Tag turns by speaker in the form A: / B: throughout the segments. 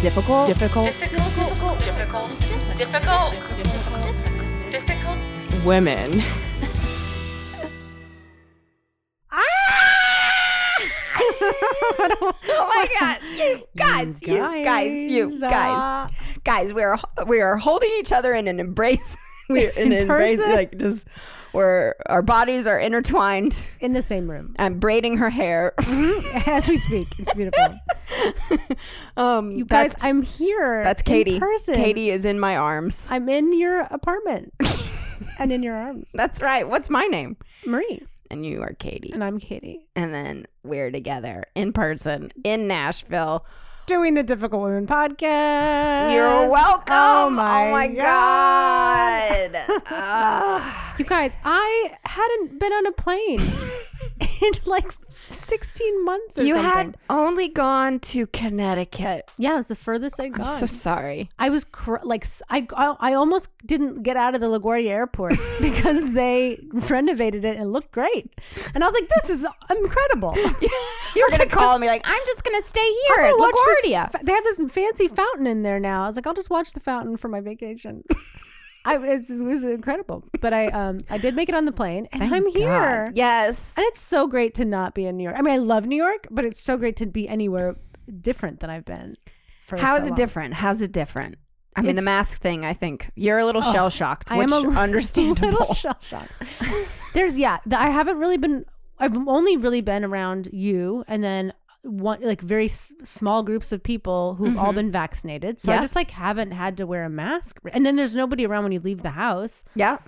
A: Difficult.
B: difficult
C: Difficult. Difficult. Difficult. Difficult. Difficult.
B: women.
A: Ah!
D: Oh my god. You guys, you guys, you
A: uh,
D: guys. Guys, we are we are holding each other in an embrace. We're in, an
A: In
D: embrace
A: person?
D: like just where our bodies are intertwined.
A: In the same room
D: I'm braiding her hair.
A: as we speak. It's beautiful.
D: Um
A: You guys,
D: that's,
A: I'm here.
D: that's
A: in
D: Katie.
A: person.
D: Katie is in my arms.
A: I'm in your apartment and in your arms.
D: That's right. What's my name?
A: Marie.
D: And you are Katie.
A: And I'm Katie.
D: And then we're together in person in Nashville.
A: Doing the Difficult Women podcast.
D: You're welcome.
A: Oh my, God.
D: god. Ah.
A: You guys, I hadn't been on a plane in like 16 months or
D: you
A: something.
D: had only gone to Connecticut.
A: Yeah, it was the furthest I'd gone.
D: I'm so sorry.
A: I was cr- like, s- I, I I almost didn't get out of the LaGuardia airport because they renovated it and looked great. And I was like, this is incredible.
D: You were gonna call me like I'm just gonna stay here at
A: I'll watch this
D: LaGuardia.
A: fa- they have this fancy fountain in there now. I was like, I'll just watch the fountain for my vacation. I, it's, it was incredible. But I um I did make it on the plane and I'm here.
D: Oh God. Yes.
A: And it's so great to not be in New York. I mean, I love New York, but it's so great to be anywhere different than I've been. For
D: How
A: so
D: is it
A: long.
D: different? How's it different? I mean, the
A: It's-
D: mask thing. I think you're a little shell shocked,
A: Oh, I
D: which
A: am a li- little
D: understandable.
A: shell shocked. There's yeah, the, I haven't really been. I've only really been around you, and then one like very s- small groups of people who've all been vaccinated. So I
D: Mm-hmm. Yeah.
A: just like haven't had to wear a mask. And then there's nobody around when you leave the house
D: yeah.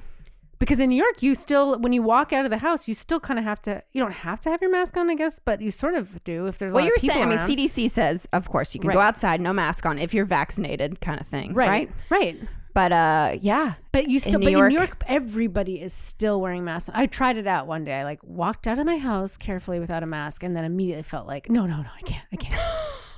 A: because in New York, you still when you walk out of the house, you still kind of have to. You don't have to have your mask on, I guess, but you sort of do if there's a
D: Well,
A: lot
D: you were
A: of people
D: saying. I mean,
A: around.
D: CDC says, of course, you can go
A: Right.
D: outside, no mask on, if you're vaccinated, kind of thing. Right.
A: right, right.
D: But uh, yeah.
A: But you still,
D: New
A: but in New
D: York-
A: York, everybody is still wearing masks. I tried it out one day. I like walked out of my house carefully without a mask, and then immediately felt like, no, no, no, I can't, I can't,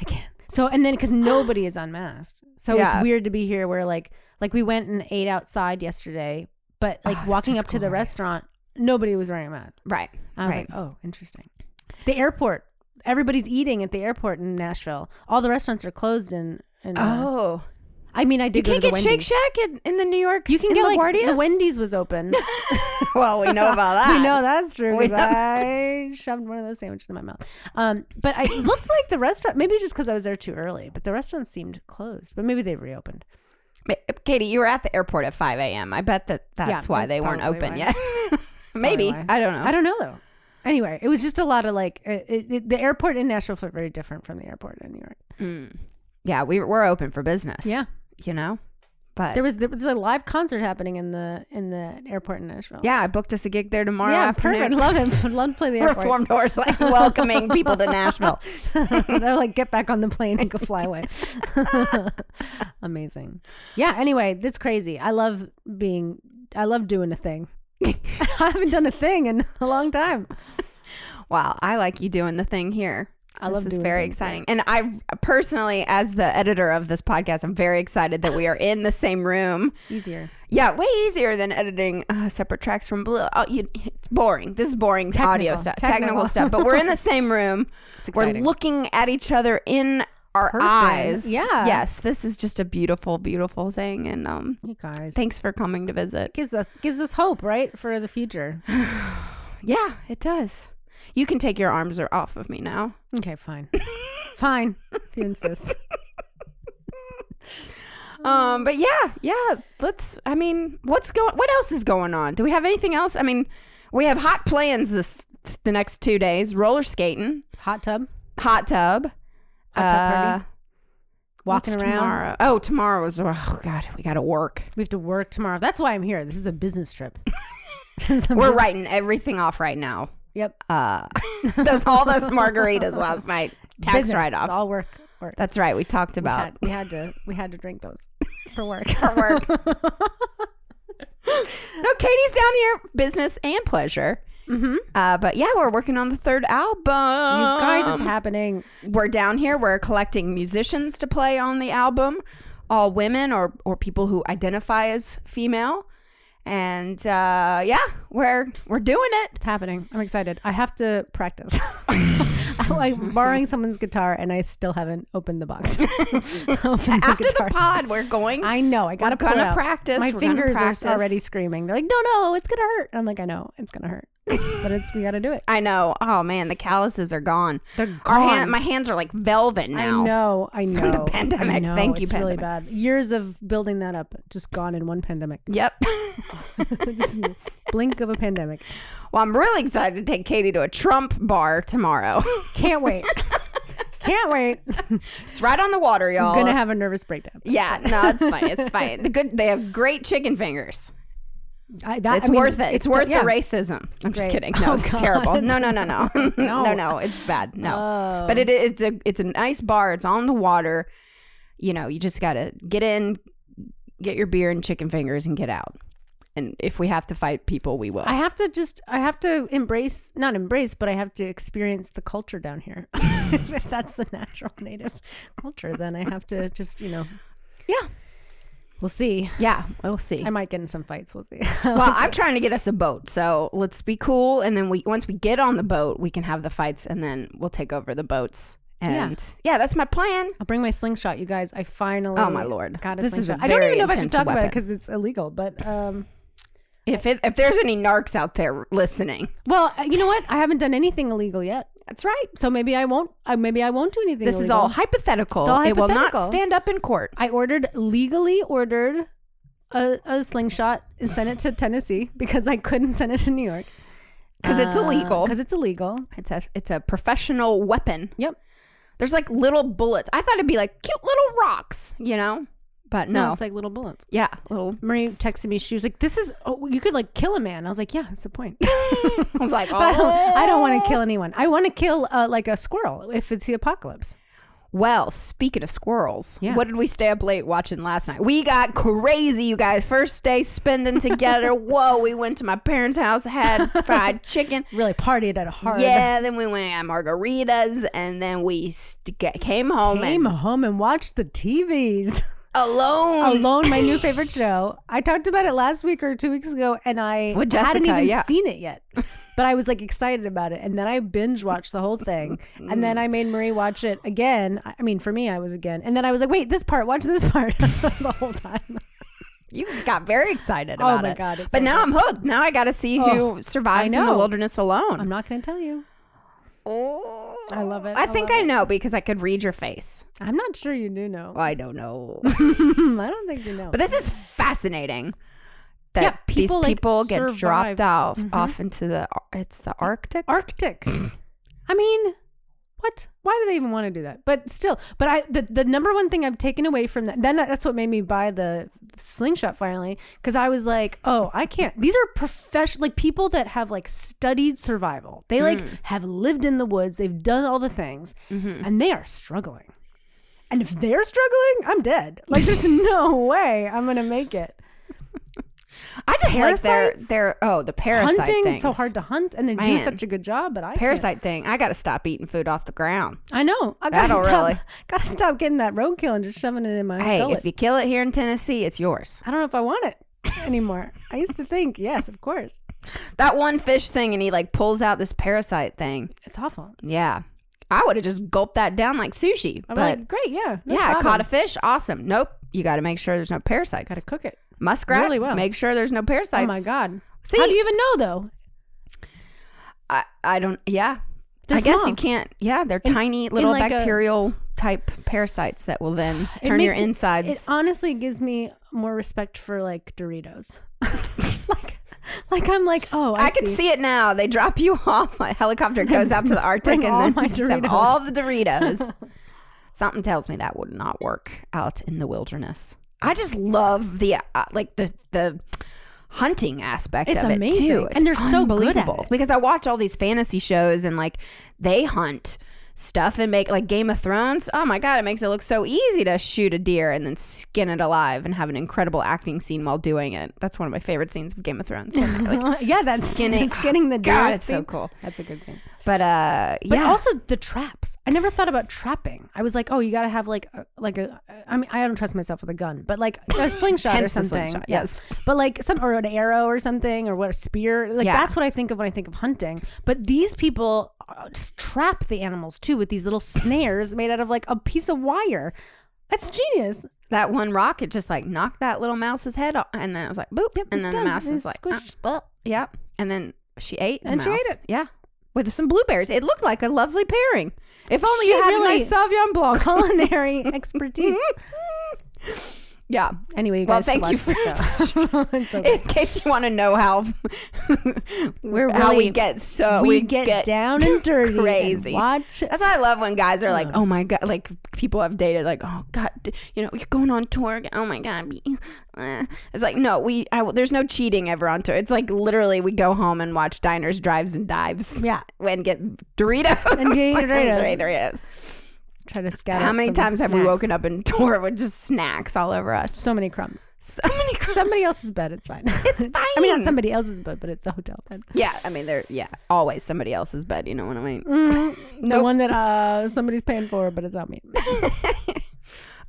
A: I can't. So and then because nobody is unmasked, so
D: Yeah.
A: it's weird to be here where like like we went and ate outside yesterday, but like
D: Oh, it's
A: walking
D: just
A: up to the
D: glorious.
A: restaurant, nobody was wearing a mask.
D: Right.
A: I was
D: right.
A: like, oh, interesting. The airport, everybody's eating at the airport in Nashville. All the restaurants are closed, and, and uh,
D: oh.
A: I mean, I
D: You
A: did go
D: can't
A: to
D: get
A: the
D: Shake
A: Wendy's.
D: Shack in, in the New York.
A: You can
D: in
A: get like
D: LaGuardia?
A: the Wendy's was open.
D: well, we know about that.
A: We know that's true
D: We
A: because I shoved one of those sandwiches in my mouth. Um, but I it looked like the restaurant. Maybe just because I was there too early, but the restaurant seemed closed. But maybe they reopened.
D: Ma- Katie, you were at the airport at 5 a.m. I bet that that's
A: Yeah,
D: why
A: that's
D: they weren't
A: probably
D: open
A: why.
D: yet. Maybe.
A: Probably why.
D: I don't know.
A: I don't know though. Anyway, it was just a lot of like it, it, it- the airport in Nashville felt very different from the airport in New York.
D: yeah, we, we're open for business.
A: Yeah.
D: You know? But
A: There was there was a live concert happening in the in the airport in Nashville.
D: yeah, I booked us a gig there tomorrow
A: yeah, perfect.
D: afternoon.
A: Love him. Love to play the airport.
D: Reformed Horse like welcoming people to Nashville.
A: They're like, get back on the plane and go fly away. Amazing. Yeah. Anyway, that's crazy. I love being. I love doing a thing. I haven't done a thing in a long time.
D: Wow, I like you doing the thing here.
A: I
D: this
A: love
D: is
A: doing
D: very
A: things here.
D: exciting. And I personally, as the editor of this podcast, I'm very excited that we are in the same room.
A: Easier.
D: Yeah, way easier than editing uh, separate tracks from Blue. Oh, you, it's boring. This is boring audio
A: Technical.
D: stuff, technical.
A: Technical.
D: stuff. But we're in the same room. we're
A: exciting.
D: looking at each other in our
A: Person.
D: eyes.
A: Yeah.
D: Yes, this is just a beautiful, beautiful thing. And um,
A: You guys.
D: thanks for coming to visit.
A: Gives us gives us hope, right, for the future.
D: Yeah, it does. You can take your arms are off of me now.
A: Okay, fine, fine. If you insist.
D: Um, but yeah, yeah. Let's. I mean, what's going? What else is going on? Do we have anything else? I mean, we have hot plans this the next two days. Roller skating,
A: Hot tub,
D: hot tub,
A: hot tub
D: uh,
A: party. Walking
D: What's
A: around.
D: Tomorrow? Oh, tomorrow is. Oh God, we got to work.
A: We have to work tomorrow. That's why I'm here. This is a business trip. This is a
D: We're
A: bus-
D: writing everything off right now.
A: Yep.
D: Uh, those all those margaritas last night. Tax
A: Business.
D: write
A: It's
D: off.
A: all work. Work.
D: That's right. We talked
A: we
D: about
A: had, we had to we had to drink those for work.
D: for work. no, Katie's down here, business and pleasure.
A: Mhm.
D: Uh, but yeah, we're working on the third album. You
A: you guys,
D: Oh.
A: it's happening.
D: we're down here. We're collecting musicians to play on the album, all women or or people who identify as female. And uh, yeah, we're we're doing it.
A: It's happening. I'm excited. I have to practice. I'm like borrowing someone's guitar, and I still haven't opened the box. Opened
D: After the
A: guitar.
D: pod, we're going.
A: I know. I gotta pull
D: gonna
A: it out.
D: practice,
A: My
D: we're gonna
A: fingers
D: practice.
A: are already screaming. They're like, no, no, it's gonna hurt. I'm like, I know, it's gonna hurt, but it's we gotta do it.
D: I know. Oh man, the calluses are gone.
A: They're
D: Our
A: gone.
D: hand, my hands are like velvet now.
A: I know. I know.
D: the
A: I
D: pandemic.
A: know,
D: Thank you,
A: it's Really bad. Years of building that up, just gone in one pandemic.
D: Yep.
A: Just blink of a pandemic.
D: well, I'm really excited to take Katie to a Trump bar tomorrow.
A: Can't wait. Can't wait.
D: it's right on the water, y'all.
A: Gonna have a nervous breakdown.
D: yeah, no, it's fine. It's fine. The good. They have great chicken fingers.
A: I, that,
D: It's
A: I mean,
D: worth it. It's, worth
A: yeah.
D: the racism. I'm just
A: Great.
D: kidding. No,
A: Oh,
D: it's
A: God.
D: terrible. No, no, no, no, no, no,
A: No.
D: It's bad. No,
A: Oh.
D: but it, it's a it's a nice bar. It's on the water. You know, you just gotta get in, get your beer and chicken fingers, and get out. And if we have to fight people, we will.
A: I have to just, I have to embrace, not embrace, but I have to experience the culture down here. if that's the natural native culture, then I have to just, you know,
D: yeah,
A: we'll see.
D: yeah. We'll see.
A: I might get in some fights. We'll see.
D: well, I'm trying to get us a boat, so let's be cool. And then we once we get on the boat, we can have the fights, and then we'll take over the boats. And yeah, that's my plan.
A: I'll bring my slingshot, you guys. I finally,
D: Oh, my Lord.
A: got a
D: This is a
A: slingshot. I don't
D: very
A: even know if I should
D: intense
A: talk about it
D: weapon.
A: because it's illegal. But um,
D: If it, if there's any narcs out there listening,
A: well, uh, you know what? I haven't done anything illegal yet,
D: that's right.
A: so maybe I won't. Uh, maybe I won't do anything.
D: This is
A: illegal.
D: all hypothetical.
A: It's all
D: It will not
A: hypothetical.
D: stand up in court.
A: I ordered legally ordered a, a slingshot and sent it to Tennessee because I couldn't send it to New York
D: 'Cause
A: Ah,
D: it's illegal.
A: Because it's illegal.
D: It's a it's a professional weapon.
A: Yep.
D: There's like little bullets. I thought it'd be like cute little rocks, you know, but no.
A: it's like little bullets.
D: yeah, little.
A: Marie texted me. She was like, "This is oh, you could like kill a man." I was like, "Yeah, that's the point."
D: I was like,
A: But I don't, I don't want
D: "Oh."
A: to kill anyone. I want to kill uh, like a squirrel if it's the apocalypse.
D: Well, speaking of squirrels,
A: Yeah.
D: what did we stay up late watching last night? We got crazy, you guys. First day spending together. Whoa, we went to my parents' house, had fried chicken.
A: Really partied at hard.
D: Yeah, then we went at margaritas, and then we st- get- came home
A: Came
D: and
A: home and watched the TVs.
D: alone.
A: Alone, my new favorite show. I talked about it last week or two weeks ago, and I
D: With
A: hadn't
D: Jessica,
A: even
D: yeah.
A: seen it yet. But I was like excited about it, and then I binge watched the whole thing, and then I made Marie watch it again. I I mean, for me, I was again, and then I was like, "Wait, this part, watch this part," the whole time.
D: You got very excited
A: Oh
D: about
A: my
D: it.
A: God, it's
D: but
A: so
D: now I'm hooked. Now I got to see
A: Oh,
D: who survives
A: I
D: in the
A: know.
D: wilderness
A: I'm
D: alone.
A: not going to tell you.
D: Oh.
A: I love it.
D: I
A: I
D: think
A: love
D: I know because I could read your face.
A: I'm not sure you do know.
D: Well, I don't know.
A: I don't think you know.
D: But this is fascinating. That
A: Yeah, people,
D: these
A: like,
D: people Mm-hmm. get
A: survive.
D: dropped off off into the it's the Arctic.
A: Arctic. I mean, what? Why do they even want to do that? But still, but I the, the number one thing I've taken away from that then that's what made me buy the slingshot finally because I was like, oh, I can't. These are professional like people that have like studied survival. They like
D: Mm.
A: have lived in the woods. They've done all the things,
D: Mm-hmm.
A: and they are struggling. And if they're struggling, I'm dead. Like there's no way I'm gonna make it.
D: I just like
A: Parasites?
D: their their oh the parasite
A: Hunting,
D: thing.
A: it's so hard to hunt, and they do
D: Man.
A: such a good job. But I can't.
D: parasite thing. I got to stop eating food off the ground.
A: I know. I gotta
D: That'll
A: stop.
D: really-
A: Gotta stop getting that roadkill and just shoving it in my
D: Hey,
A: gullet.
D: if you kill it here in Tennessee, it's yours.
A: I don't know if I want it anymore. I used to think, yes, of course,
D: That one fish thing, and he like pulls out this parasite thing.
A: it's awful.
D: Yeah, I would have just gulped that down like sushi.
A: I'm
D: but
A: like, great, yeah, no
D: yeah, I
A: problem.
D: caught a fish. Awesome. Nope. You got to make sure there's no parasites.
A: Gotta cook it.
D: Muskrat.
A: really well.
D: Make sure there's no parasites.
A: Oh my god.
D: See?
A: How do you even know though?
D: I, I don't. Yeah,
A: They're
D: I guess
A: small.
D: you can't. Yeah, they're
A: In-
D: tiny
A: in
D: little
A: like a-
D: bacterial type parasites that will then
A: It
D: turn your
A: makes it-
D: insides.
A: It honestly gives me more respect for like Doritos. like, like I'm like, oh, I,
D: I can see it now. They drop you off. My helicopter goes out to the Arctic,
A: bring all
D: and then
A: my
D: you just have
A: Doritos.
D: all the Doritos. Something tells me that would not work out in the wilderness. I just love the uh, like the the hunting aspect
A: It's
D: of it
A: amazing.
D: too.
A: And they're so good at
D: unbelievable.
A: it.
D: because I watch all these fantasy shows and like they hunt stuff and make like Game of Thrones. Oh my god, it makes it look so easy to shoot a deer and then skin it alive and have an incredible acting scene while doing it. That's one of my favorite scenes of Game of Thrones. when they're, like,
A: yeah, that's
D: skinning-
A: skinning, skinning the
D: God,
A: deer
D: it's so
A: scene.
D: cool.
A: That's a good scene.
D: But uh,
A: But
D: yeah,
A: also the traps. I never thought about trapping. I was like, oh, you got to have like a, like a, I mean, I don't trust myself with a gun, but like a slingshot or
D: Hence the
A: something.
D: slingshot,
A: Yeah.
D: yes.
A: But like some or an arrow or something or what a spear. Like
D: Yeah.
A: that's what I think of when I think of hunting. But these people uh, just trap the animals too with these little snares made out of like a piece of wire. That's genius.
D: That one rocket just like knocked that little mouse's head off, and then I was like, boop,
A: Yep,
D: and
A: it's
D: then
A: done.
D: the mouse
A: It
D: was
A: is
D: like, "Uh." squished.
A: squished.
D: well, yep. And then she ate, the
A: And she ate
D: mouse.
A: it.
D: yeah, with some blueberries. It looked like a lovely pairing. If only you
A: She
D: had
A: really-
D: a nice Sauvignon Blanc.
A: Culinary expertise.
D: yeah.
A: Anyway, you
D: Well,
A: guys
D: thank you
A: should watch the show. It's so
D: In case you want to know how
A: We're
D: how
A: really-
D: we get so
A: we, get, down and dirty. Crazy.
D: crazy.
A: watch.
D: That's why I love when guys are like, "Oh my god!" Like people I've dated, like, "Oh god," d- you know, you're going on tour. again. Oh my god, be- uh." it's like, no, we I, there's no cheating ever on tour. It's like literally we go home and watch diners, drives, and dives.
A: Yeah.
D: and get Doritos
A: And get Doritos.
D: Get Doritos.
A: Try to scout.
D: How
A: out
D: many
A: some
D: times have we
A: snacks.
D: woken up in tour with just snacks all over us?
A: So many crumbs.
D: So many. cr-
A: Somebody else's bed. It's fine. It's fine. I mean, not somebody else's bed, but it's a hotel bed.
D: Yeah, I mean, they're yeah, always somebody else's bed. You know what I mean?
A: The one that uh, somebody's paying for, but it's not me.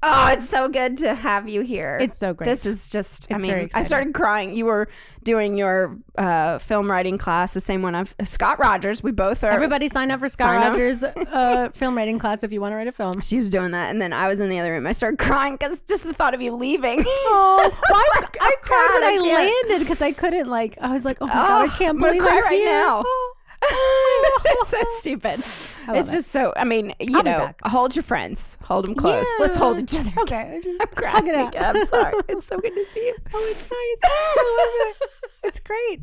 D: Oh, it's so good to have you here.
A: It's so great.
D: This is just, I
A: It's
D: mean,
A: very
D: I
A: exciting.
D: started crying. You were doing your uh, film writing class, the same one I've, Scott Rogers. We both are.
A: Everybody sign up for Scott
D: Sign up.
A: Rogers' uh, film writing class if you want to write a film.
D: she was doing that. And then I was in the other room. I started crying because just the thought of you leaving.
A: Oh, why,
D: I was like,
A: I
D: oh,
A: cried
D: God,
A: when I,
D: I can't.
A: landed because I couldn't. Like, I was like, "Oh my
D: Oh,
A: god, I can't
D: I'm gonna
A: believe
D: cry
A: I'm
D: right
A: here.
D: now.
A: Oh.
D: it's so stupid.
A: love
D: It's
A: it.
D: just so, I mean, you
A: I'll be
D: know,
A: back.
D: hold your friends, hold them close. Let's hold each other.
A: Okay, I just-
D: I'm crying.
A: it out.
D: again. I'm sorry. It's so good to see you.
A: oh, it's nice. I love it. It's great.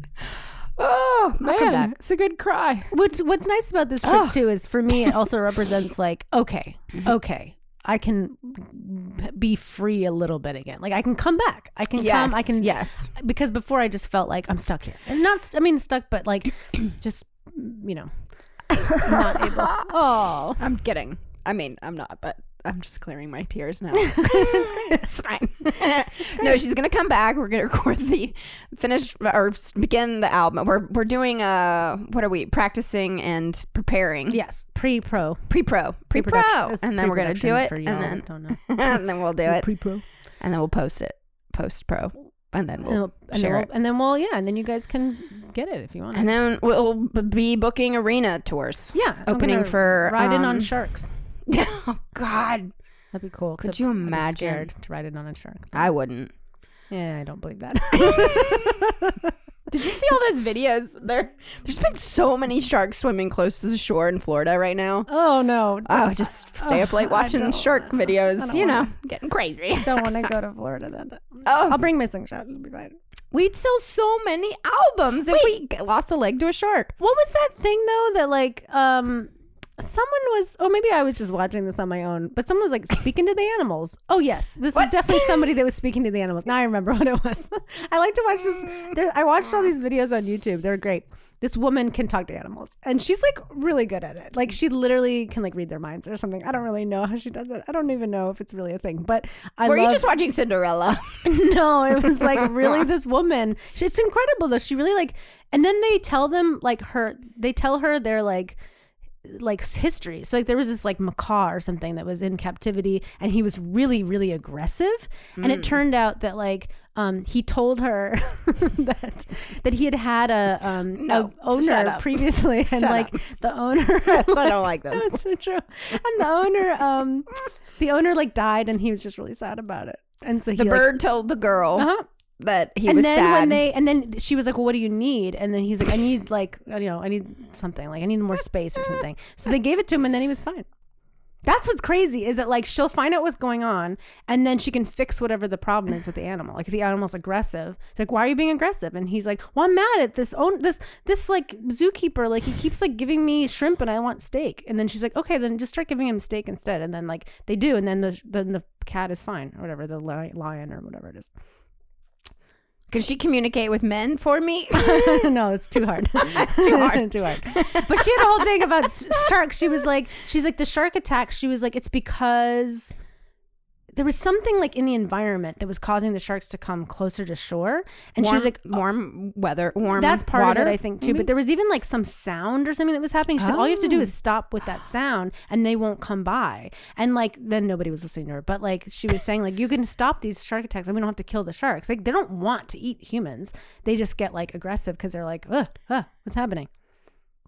D: Oh, man.
A: back.
D: It's a good cry.
A: What's What's nice about this trip
D: Ugh. Mm-hmm.
A: too is for me it also represents like okay, okay, I can be free a little bit again. Like I can come back. I can come. I can
D: Yes.
A: because before I just felt like I'm stuck here and not. St- I mean stuck, but like just you know not able. Oh,
D: I'm kidding. I mean, I'm not, but I'm just clearing my tears now. it's fine. No, she's gonna come back. We're gonna record the finish or s- begin the album. We're we're doing uh, what are we practicing and preparing?
A: yes, pre pro
D: pre pro, pre pro,
A: pre-production. It's
D: and then we're gonna do
A: pre-production
D: it,
A: for
D: and
A: y'all
D: then
A: that don't know.
D: and then we'll do it,
A: pre pro.
D: and then we'll post it, post pro, and then we'll
A: And, then
D: share
A: we'll-
D: it.
A: and then we'll yeah, and then you guys can get it if you want.
D: And then we'll b- be booking arena tours.
A: yeah, I'm
D: opening
A: gonna
D: for,
A: ride in
D: um,
A: on sharks.
D: oh God,
A: That'd be cool.
D: could
A: except
D: you
A: I'd be
D: imagine?
A: scared to ride in on a shark?
D: I wouldn't.
A: Yeah, I don't believe that.
D: Did you see all those videos? There, there's been so many sharks swimming close to the shore in Florida right now.
A: oh no.
D: Oh, just stay up late watching
A: don't-
D: shark videos.
A: don't
D: You know,
A: wanna.
D: getting crazy.
A: Don't want to go to Florida then.
D: Oh,
A: I'll bring my slingshot. It'll be fine.
D: we'd sell so many albums if we g- lost a leg to a shark.
A: What was that thing though that like um someone was oh maybe I was just watching this on my own, but someone was like speaking to the animals. Oh yes. This was definitely somebody that was speaking to the animals. Now I remember what it was. I like to watch this there, I watched all these videos on YouTube. They're great. This woman can talk to animals and she's like really good at it. Like she literally can like read their minds or something. I don't really know how she does it. I don't even know if it's really a thing, but I
D: Were
A: love
D: you just watching Cinderella?
A: No, it was like really this woman. She- It's incredible though. She really like, and then they tell them like her. They tell her their like like s- history. So like there was this like macaw or something that was in captivity, and he was really really aggressive. And
D: Hmm.
A: it turned out that like um he told her that that he had had a um
D: No,
A: a
D: shut
A: owner
D: up.
A: previously, and
D: Shut
A: like the owner.
D: I don't like this.
A: That's so true. And the owner, um, the owner like died, and he was just really sad about it. And so he
D: The
A: like,
D: bird told the girl
A: uh-huh.
D: that he
A: And
D: Oh, was
A: then
D: sad.
A: when they and then she was like, "Well, what do you need?" And then he's like, "I need like you know, I need something like I need more space or something." So they gave it to him, and then he was fine. That's what's crazy is that like she'll find out what's going on, and then she can fix whatever the problem is with the animal. Like if the animal's aggressive, it's like, "Why are you being aggressive?" And he's like, "Well, I'm mad at this own this this like zookeeper. Like he keeps like giving me shrimp, and I want steak." And then she's like, "Okay, then just start giving him steak instead." And then like they do, and then the then the cat is fine or whatever the li- lion or whatever it is.
D: Can she communicate with men for me?
A: no, it's too hard. it's
D: too hard.
A: too hard. But she had a whole thing about s- sharks. She was like, she's like the shark attack. She was like, it's because. there was something like in the environment that was causing the sharks to come closer to shore. And she
D: warm,
A: was like, "Oh."
D: warm weather, warm.
A: that's part
D: water,
A: of it, I think, too. But there was even like some sound or something that was happening. She said, all you have to do is stop with that sound and they won't come by. And like, then nobody was listening to her. But like, she was saying, like, you can stop these shark attacks and we don't have to kill the sharks. Like, they don't want to eat humans. They just get like aggressive because they're like, ugh, ugh, what's happening?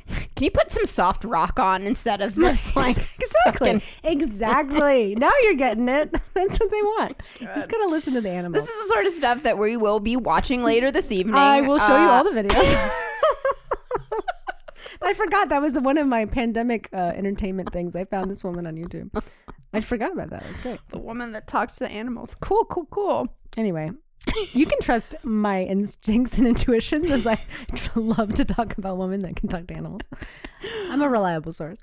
D: Can you put some soft rock on instead of this? Like
A: Exactly.
D: fucking-
A: exactly. Now you're getting it. That's what they want. You just gotta listen to the animals.
D: This is the sort of stuff that we will be watching later this evening.
A: I will show you
D: Uh,
A: all the videos. I forgot that was one of my pandemic uh, entertainment things. I found this woman on YouTube. I forgot about that. That's great.
D: the woman that talks to the animals. Cool, cool, cool.
A: Anyway, you can trust my instincts and intuitions as I love to talk about women that can talk to animals. I'm a reliable source.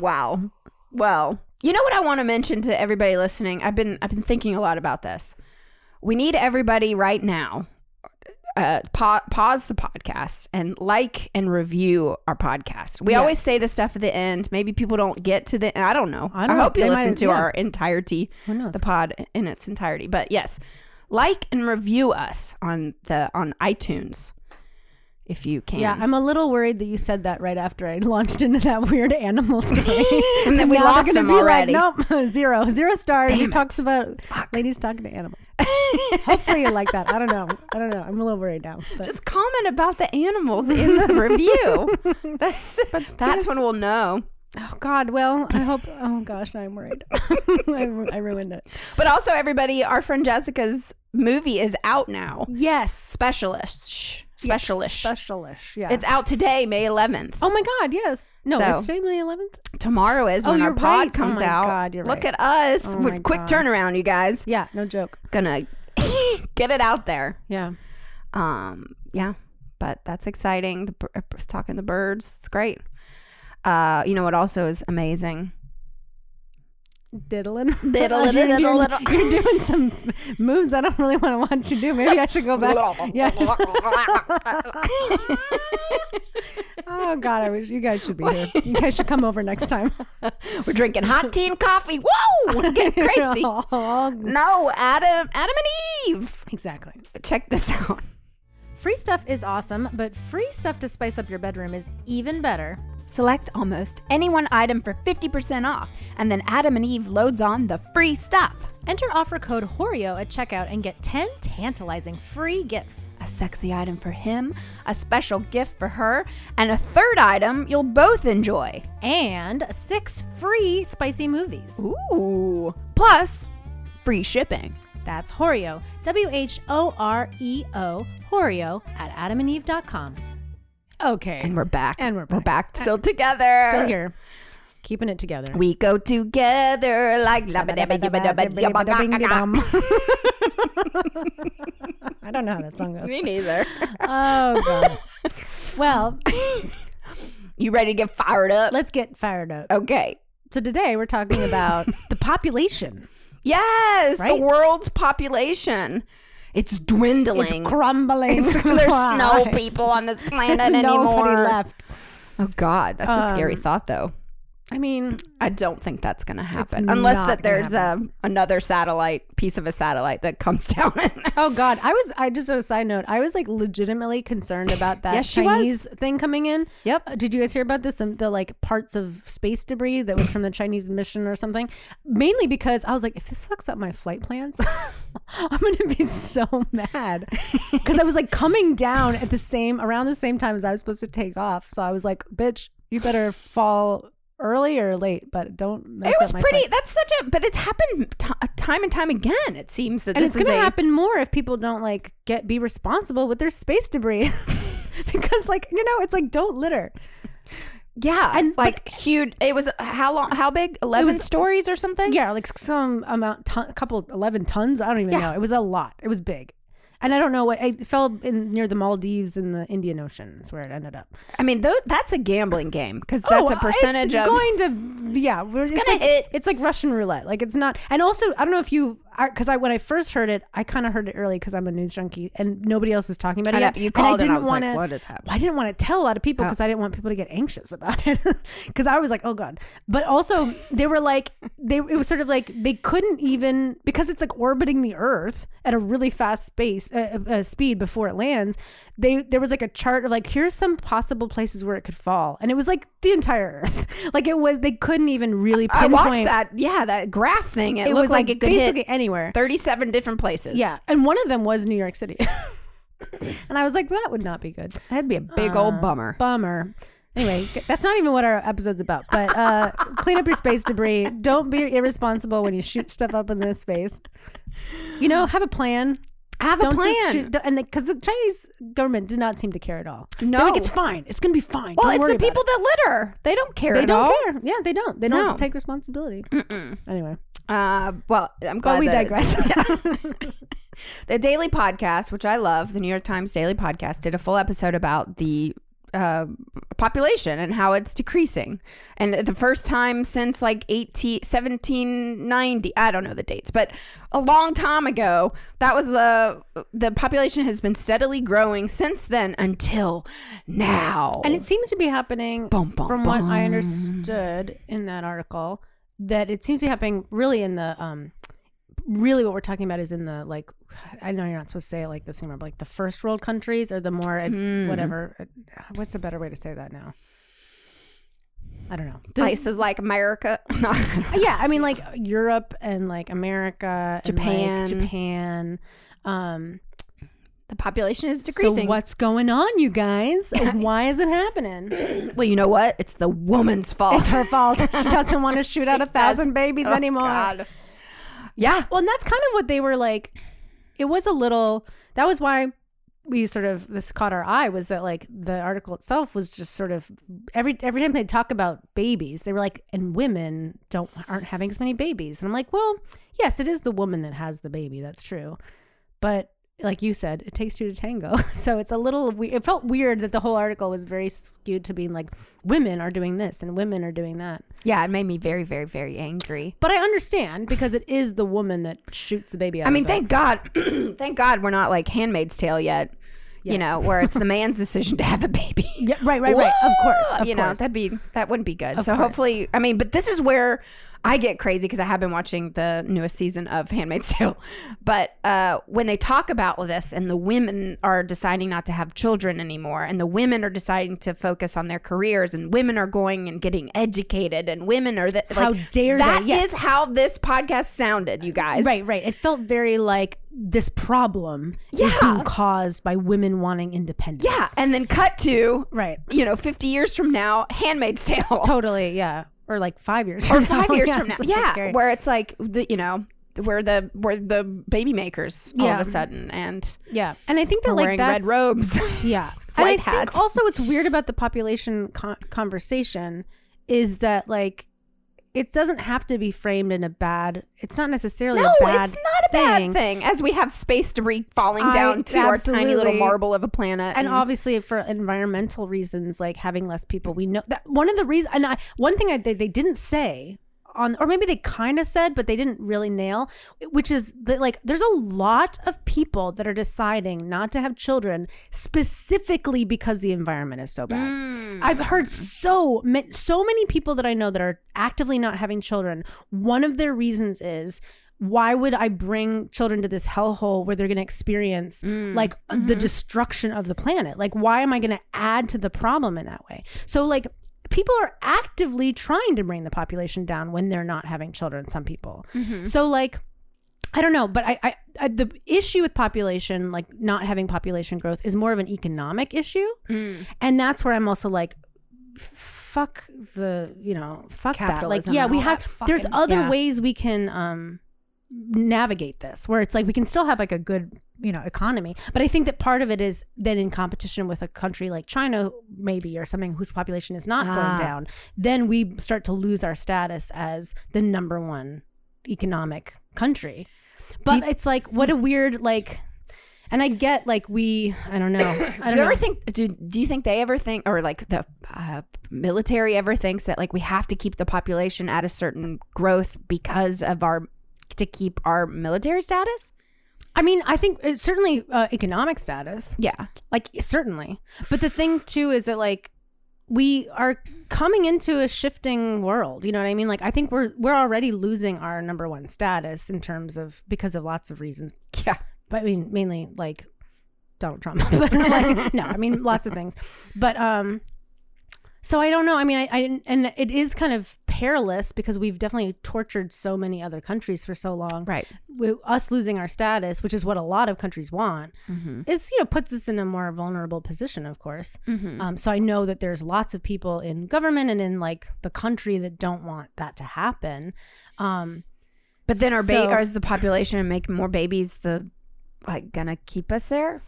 D: Wow. Well, you know what I want to mention to everybody listening? I've been I've been thinking a lot about this. We need everybody right now. Uh, pa- pause the podcast and like and review our podcast. We always say this stuff at the end. Maybe people don't get to the. I don't know.
A: I
D: I,
A: don't know.
D: hope you
A: They
D: listen
A: might-
D: to
A: yeah.
D: our entirety,
A: Who knows?
D: the pod in its entirety. But yes, like and review us on the on iTunes if you can.
A: Yeah, I'm a little worried that you said that right after I launched into that weird animal story.
D: And then we
A: now
D: lost
A: they're gonna
D: him
A: be
D: already.
A: Like, nope, zero, zero stars. he talks about ladies talking to animals. Hopefully, you like that. I don't know. I don't know. I'm a little worried now. But
D: just comment about the animals in the review. That's, that's
A: this-
D: when we'll know.
A: oh God, well, I hope. Oh gosh, now I'm worried. I, ru- I ruined it.
D: But also, everybody, our friend Jessica's movie is out now.
A: Yes,
D: Specialist. Shh. Specialist.
A: specialish. Yeah.
D: It's out today, May 11th.
A: oh my God, yes. No,
D: So-
A: it's today May 11th.
D: Tomorrow is
A: Oh,
D: when our
A: you're
D: pod
A: right. Oh
D: comes
A: my
D: out.
A: God, you're
D: Look
A: right.
D: at us.
A: Oh
D: We're
A: my
D: quick
A: God.
D: turnaround, you guys.
A: Yeah, no joke.
D: Gonna get it out there.
A: Yeah.
D: Um, yeah, but that's exciting. The bir- I was talking to the birds. It's great. Uh, you know what also is amazing?
A: diddling.
D: Diddle, diddle,
A: You're doing-
D: diddle.
A: You're doing some moves I don't really want to watch you do. Maybe I should go back. Yeah. just- oh God, I wish you guys should be here. You guys should come over next time.
D: We're drinking hot tea and coffee. Whoa, we're getting crazy.
A: Oh,
D: No, Adam, Adam and Eve.
A: exactly.
D: Check this out.
A: Free stuff is awesome, but free stuff to spice up your bedroom is even better.
D: Select almost any one item for 50% off, and then Adam and Eve loads on the free stuff.
A: Enter offer code HORIO at checkout and get 10 tantalizing free gifts.
D: A sexy item for him, a special gift for her, and a third item you'll both enjoy.
A: And six free spicy movies.
D: Ooh. Plus, free shipping.
A: That's Horio, W H O R E O, Horio at adamandeve.com. Okay.
D: And we're back.
A: And we're
D: We're back still together.
A: still here, keeping it together.
D: We go together like
A: I don't know how that song goes.
D: Me neither.
A: Oh, God. Well,
D: You ready to get fired up?
A: let's get fired up.
D: Okay.
A: So, today we're talking about the population.
D: Yes,
A: Right?
D: the world's population. It's dwindling.
A: Crumbling.
D: There's
A: Why?
D: no people on this planet
A: There's nobody
D: anymore.
A: left.
D: Oh God, that's a scary
A: Um,
D: thought, though.
A: I mean,
D: I don't think that's going to happen,
A: not
D: unless
A: gonna
D: that there's a, another satellite piece of a satellite that comes down. And
A: Oh God, I was. I just on a side note, I was like legitimately concerned about that
D: Yes, she was.
A: Chinese thing coming in. Yep. did you guys hear about this? The, the like parts of space debris that was from the Chinese mission or something. Mainly because I was like, if this fucks up my flight plans, I'm gonna be so mad. Because I was like coming down at the same around the same time as I was supposed to take off. So I was like, bitch, you better fall early or late, but don't mess
D: it
A: up
D: was
A: my
D: pretty.
A: flight.
D: That's such a. But it's happened t- time and time again. It seems that
A: And
D: this
A: it's going
D: is
A: to
D: a-
A: happen more if people don't like get be responsible with their space debris. because like, you know, it's like don't litter.
D: Yeah, and
A: but-
D: like huge. It was how long? How big? Eleven stories or something?
A: Yeah, like some amount ton, couple 11 tons, I don't even know. It was a lot. It was big. And I don't know what it fell in near the Maldives in the Indian Ocean. Is where it ended up.
D: I mean, tho- that's a gambling game because that's
A: Oh,
D: a percentage of.
A: it's going to yeah. It's,
D: gonna
A: like,
D: hit.
A: It's like Russian roulette. Like it's not. And also, I don't know if you. because I, when I first heard it, I kind of heard it early because I'm a news junkie and nobody else was talking about
D: I
A: it.
D: know,
A: yet.
D: you called and I was like,
A: wanna-
D: "What is happening?"
A: I didn't want to tell a lot
D: Oh.
A: of people because I didn't want people to get anxious about it because I was like, oh god. But also, they were like, they it was sort of like they couldn't even because it's like orbiting the Earth at a really fast space uh, uh, speed before it lands. They there was like a chart of like here's some possible places where it could fall, and it was like the entire Earth. Like it was they couldn't even really
D: I
A: pinpoint.
D: watched that. Yeah, that graph thing. It,
A: It
D: looked
A: was
D: like, it could
A: basically
D: hit
A: anywhere.
D: 37 different places.
A: Yeah, and one of them was New York City. and I was like, that would not be good.
D: That'd be a big old bummer.
A: Bummer. Anyway, g- that's not even what our episode's about. But uh, clean up your space debris. Don't be irresponsible when you shoot stuff up in this space. You know, have a plan.
D: Have
A: Don't
D: a plan.
A: just shoot. don't- And because the, Chinese government did not seem to care at all. They're
D: No.
A: like, it's fine. It's gonna be fine.
D: well,
A: Don't
D: it's
A: worry
D: the
A: about
D: people
A: it."
D: that litter. They don't care.
A: They
D: at
A: don't
D: all.
A: care. Yeah, they don't. They
D: No.
A: don't take responsibility. Anyway,
D: Uh, well, I'm glad
A: we
D: that-
A: digress.
D: Yeah. the Daily Podcast, which I love, the New York Times Daily Podcast, did a full episode about the uh, population and how it's decreasing, and the first time since like 18, 1790, I don't know the dates, but a long time ago, that was the the population has been steadily growing since then until now,
A: and it seems to be happening
D: Bum, bum,
A: from what I understood in that article that it seems to be happening really in the um really what we're talking about is in the like I know you're not supposed to say it like this anymore but like the first world countries or the more ad- whatever what's a better way to say that now I don't know The-
D: places like America. No, I don't know.
A: Ah, yeah I mean like Europe and like America and, like,
D: Japan.
A: Japan um
D: the population is decreasing.
A: so what's going on you guys why is it happening
D: Well, you know what? It's the woman's fault.
A: it's her fault she Oh, doesn't want to shoot out a thousand babies anymore
D: Yeah.
A: Well, and that's kind of what they were like. It was a little. That was why we sort of this caught our eye was that like the article itself was just sort of every every time they talk about babies, they were like, and women don't aren't having as many babies, and I'm like, well, yes, it is the woman that has the baby. That's true, but. Like you said, it takes two to tango. So it's a little, we- it felt weird that the whole article was very skewed to being like, women are doing this and women are doing that.
D: Yeah, it made me very, very, very angry.
A: But I understand because it is the woman that shoots the baby out
D: I mean,
A: of the-
D: thank God, thank God we're not like Handmaid's Tale yet, you know, where it's the man's decision to have a baby.
A: Yeah, right, right, right. Of course, of
D: you know,
A: course.
D: that'd be, that wouldn't be good. so
A: course.
D: hopefully, I mean, but this is where I get crazy because I have been watching the newest season of Handmaid's Tale. But uh, when they talk about this and the women are deciding not to have children anymore and the women are deciding to focus on their careers and women are going and getting educated and women are that,
A: How dare they,
D: That is
A: yes.
D: how this podcast sounded, you guys.
A: right, right. It felt very like this problem is
D: Yeah.
A: being caused by women wanting independence.
D: Yeah. And then cut to,
A: right.
D: you know, 50 years from now, Handmaid's Tale.
A: Totally. Yeah. Or like five years
D: Oh. or
A: from now.
D: five years
A: Yeah,
D: from now.
A: it's- it's so
D: Yeah,
A: scary.
D: where it's like the you know where the where the baby makers all
A: Yeah.
D: of a sudden and
A: yeah. And I think that
D: are
A: like
D: wearing
A: that's,
D: red robes.
A: Yeah. and
D: White
A: I
D: hats.
A: think also what's weird about the population con- conversation is that like it doesn't have to be framed in a bad. It's not necessarily
D: no,
A: a
D: it's
A: bad
D: not a bad thing. As we have space debris falling
A: I-
D: down to our tiny little
A: absolutely.
D: marble of a planet,
A: and obviously for environmental reasons like having less people we know that one of the reasons and I, one thing I, they, they didn't say on or maybe they kind of said but they didn't really nail which is that like there's a lot of people that are deciding not to have children specifically because the environment is so bad i've heard so many so many people that i know that are actively not having children one of their reasons is why would I bring children to this hellhole where they're going to experience like the destruction of the planet? Like, why am I going to add to the problem in that way? So, like, people are actively trying to bring the population down when they're not having children, some people. So, like, I don't know, but I, I, I the issue with population, like not having population growth, is more of an economic issue,
D: Mm.
A: and that's where I'm also like, f- fuck the, you know, fuck that.
D: Capitalism
A: Like, yeah,
D: and
A: we
D: all
A: have.
D: that fucking-
A: there's other
D: yeah.
A: ways we can um, navigate this, where it's like we can still have like a good, you know, economy, but I think that part of it is then in competition with a country like China, maybe or something whose population is not
D: Ah.
A: going down, then we start to lose our status as the number one economic country. But it's like what a weird like, and I get like we I don't know I
D: do
A: don't
D: you
A: know.
D: ever think? Do Do you think they ever think, or like the uh, military ever thinks that like we have to keep the population at a certain growth because of our to keep our military status?
A: I mean, I think it's certainly uh, economic status,
D: Yeah.
A: like certainly. But the thing too is that like we are coming into a shifting world. You know what I mean? Like I think we're we're already losing our number one status in terms of because of lots of reasons.
D: Yeah.
A: But I mean, mainly like Donald Trump. but like, no, I mean lots of things. But um, so I don't know. I mean, I, I and it is kind of perilous because we've definitely tortured so many other countries for so long
D: Right.
A: we, us losing our status, which is what a lot of countries want, is you know puts us in a more vulnerable position. Of course, um, so I know that there's lots of people in government and in like the country that don't want that to happen. Um,
D: But then our
A: So-
D: ba- or is the population and make more babies the like gonna keep us there?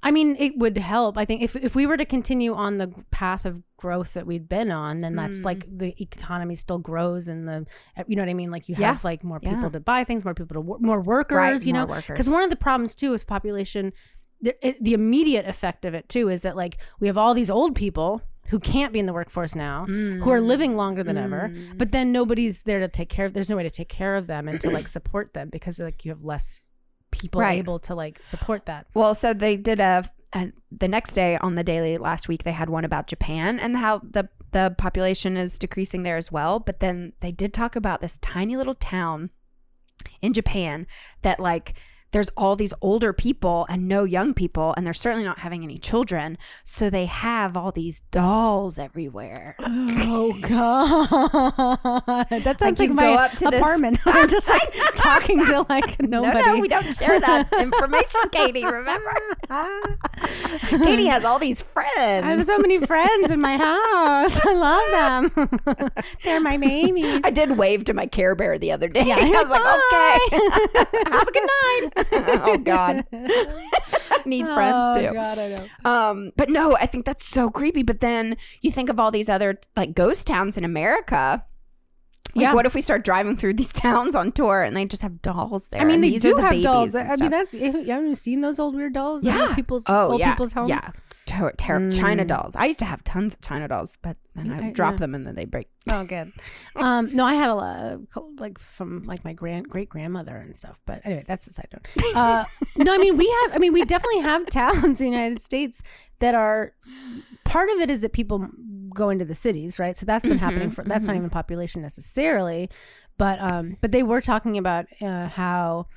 A: I mean, it would help. I think if if we were to continue on the g- path of growth that we've been on, then that's like
D: Mm.
A: the economy still grows, and the eh, you know what I mean. Like you
D: Yeah.
A: have like more
D: Yeah.
A: people to buy things, more people to wor- more workers. you
D: more
A: know,
D: workers.
A: because one of the problems too with population, the, it, the immediate effect of it too is that like we have all these old people who can't be in the workforce now, who
D: Mm.
A: are living longer than ever, but then nobody's there to take care of. There's no way to take care of them and to like support them because like you have less people
D: Right.
A: able to like support that.
D: Well, so they did a, a the next day on the daily last week they had one about Japan and how the the population is decreasing there as well, but then they did talk about this tiny little town in Japan that like there's all these older people and no young people and they're certainly not having any children, so they have all these dolls everywhere.
A: Oh god, that sounds like,
D: you
A: my
D: go up to this-
A: apartment. I'm just like talking to like nobody.
D: No, no, we don't share that information, Katie, remember? Katie has all these friends.
A: I have so many friends in my house. I love them. They're my babies.
D: I did wave to my Care Bear the other day. I was like, okay, have a good night. oh God, need friends
A: oh,
D: too.
A: God, I know.
D: Um, but no, I think that's so creepy. But then you think of all these other like ghost towns in America. Like,
A: Yeah.
D: What if we start driving through these towns on tour and they just have dolls there?
A: I mean,
D: and
A: they
D: these are
A: do
D: the
A: have
D: babies
A: dolls.
D: and
A: I mean,
D: stuff.
A: that's you haven't seen those old weird dolls. in
D: yeah.
A: people's
D: oh,
A: old
D: yeah.
A: people's homes.
D: Yeah. Ter- ter- China dolls. I used to have tons of China dolls, but then I
A: I-
D: would drop
A: yeah.
D: them and then they break.
A: Oh, good. Um, no, I had a lot, like from like my grand great grandmother and stuff. But anyway, that's a side note. Uh, no, I mean we have. I mean we definitely have towns in the United States that are. Part of it is that people go into the cities, right? So that's
D: Mm-hmm,
A: been happening for. That's not even population necessarily, but um, but they were talking about uh, how.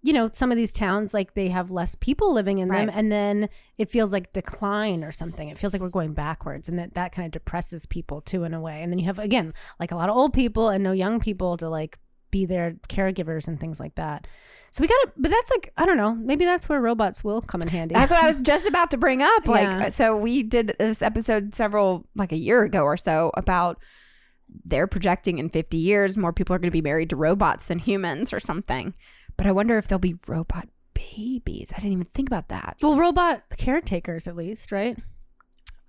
A: You know, some of these towns like they have less people living in them,
D: Right.
A: and then it feels like decline or something. It feels like we're going backwards, and that that kind of depresses people too in a way. And then you have again like a lot of old people and no young people to like be their caregivers and things like that. So we gotta, but that's like I don't know. Maybe that's where robots will come in handy.
D: That's what I was just about to bring up. Like, uh,
A: Yeah.
D: so we did this episode several, like a year ago or so, about they're projecting in 50 years more people are going to be married to robots than humans or something. But I wonder if there'll be robot babies. I didn't even think about that.
A: well, robot caretakers at least, right? I-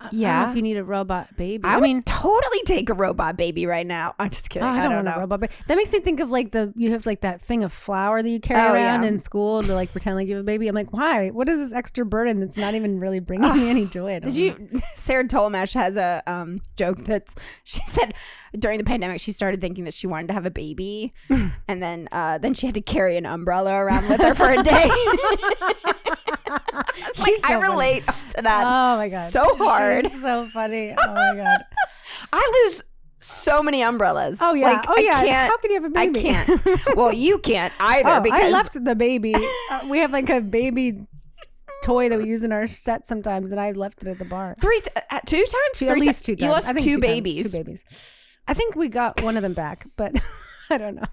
A: I don't know
D: Yeah.
A: if you need a robot baby,
D: I,
A: I, mean.
D: would totally take a robot baby right now. I'm just
A: Oh,
D: kidding.
A: I don't, want
D: know.
A: a robot. But that makes me think of like the you have like that thing of flour that you carry
D: Oh,
A: around
D: yeah.
A: in school to like pretend like you have a baby. I'm like, why? What is this extra burden that's not even really bringing me any joy? I don't
D: Did
A: know.
D: you? Sarah Tolmash has a um, joke that's she said during the pandemic she started thinking that she wanted to have a baby, and then uh, then she had to carry an umbrella around with her for a day. It's like
A: She's so
D: I
A: funny.
D: relate to that.
A: Oh my god,
D: so hard.
A: She's so funny. Oh my god.
D: I lose so many umbrellas.
A: Oh yeah.
D: Like,
A: oh
D: I
A: yeah.
D: can't-
A: How can you have a
D: I
A: baby?
D: can't. well, you can't either
A: Oh,
D: because
A: I left the baby. Uh, we have like a baby toy that we use in our set sometimes, and I left it at the bar.
D: three, t- uh, two times,
A: Two-
D: three
A: at
D: ti-
A: least two times.
D: You lost
A: I think
D: two,
A: times,
D: babies.
A: Two babies. I think we got one of them back, but I don't know.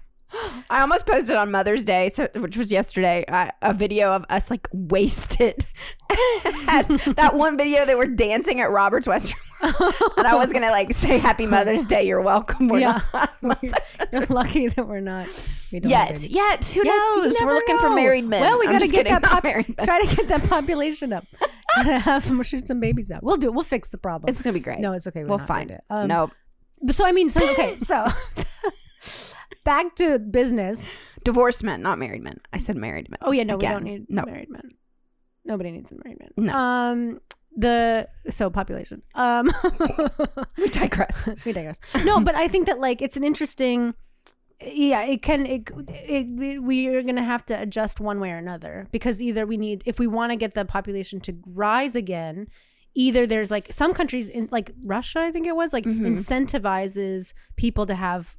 D: I almost posted on Mother's Day, so, which was yesterday, uh, a video of us like wasted. At that one video that we're dancing at Robert's Western, and I was gonna like say Happy Mother's Day, you're welcome. We're
A: Yeah.
D: not.
A: You're lucky that we're not. We don't have
D: Yet,
A: babies.
D: yet, who
A: Yet, you
D: knows? We're
A: never
D: looking for
A: know.
D: married men.
A: Well, we
D: I'm
A: gotta
D: just
A: get
D: kidding,
A: that
D: not
A: pop-
D: married men.
A: Try to get that population up. Gotta have them shoot some babies out. We'll do it. We'll fix the problem.
D: It's gonna be great.
A: No, it's okay. We're
D: we'll
A: not
D: find
A: gonna
D: it.
A: do Um,
D: no,
A: But so I mean, so okay, so back to business.
D: divorced men, not married men. I said married men.
A: Oh yeah, no,
D: Again,
A: we don't need
D: no.
A: married men. Nobody needs a married man.
D: No.
A: Um, the so population. Um,
D: We digress.
A: we digress. No, but I think that like it's an interesting yeah it can it, it, it we're gonna have to adjust one way or another because either we need if we want to get the population to rise again either there's like some countries in like russia i think it was like incentivizes people to have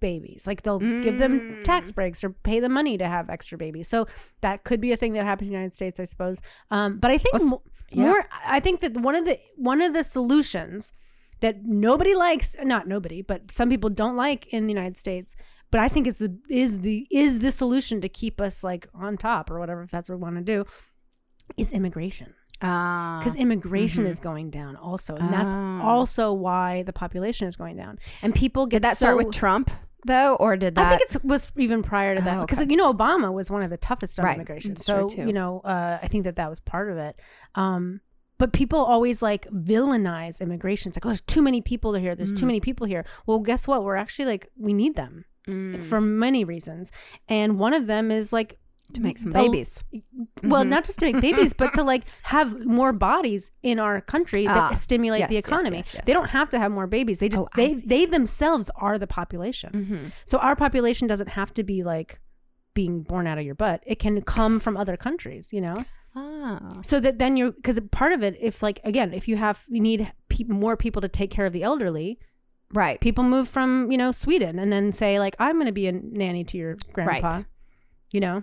A: babies like they'll give them tax breaks or pay them money to have extra babies so that could be a thing that happens in the united states i suppose um, but i think mo- more i think that one of the one of the solutions that nobody likes not nobody but some people don't like in the united states but i think is the is the is the solution to keep us like on top or whatever if that's what we want to do is immigration
D: Ah.
A: because immigration is going down also and that's also why the population is going down and people
D: did
A: get
D: that
A: so,
D: start with Trump though, or did that?
A: I think it was even prior to that
D: Oh,
A: because
D: okay.
A: you know Obama was one of the toughest on
D: Right.
A: immigration.
D: That's
A: So
D: true, too.
A: you know, uh, I think that that was part of it. Um, but people always like villainize immigration. It's like, oh, there's too many people here. There's
D: Mm.
A: too many people here. Well, guess what? We're actually like we need them
D: Mm.
A: for many reasons, and one of them is like
D: to make some
A: a-
D: babies.
A: well,
D: Mm-hmm.
A: not just to make babies, but to like have more bodies in our country that
D: Ah,
A: stimulate the
D: yes, yes,
A: economy.
D: yes, yes.
A: They don't have to have more babies. They just
D: Oh, I
A: they
D: see. Mm-hmm.
A: they themselves are the population. So our population doesn't have to be like being born out of your butt. It can come from other countries, you know.
D: Oh.
A: So that then you're because part of it, if like again, if you have you need pe- more people to take care of the elderly,
D: Right.
A: people move from you know Sweden and then say like I'm going to be a nanny to your grandpa,
D: Right.
A: you know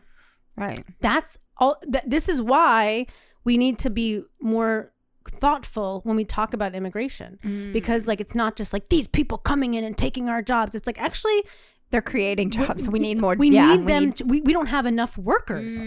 D: Right.
A: that's all th- this is why we need to be more thoughtful when we talk about immigration
D: Mm.
A: because like it's not just like these people coming in and taking our jobs it's like actually
D: They're creating jobs. We need Mm. more.
A: we
D: yeah,
A: need them to, we, we don't have enough workers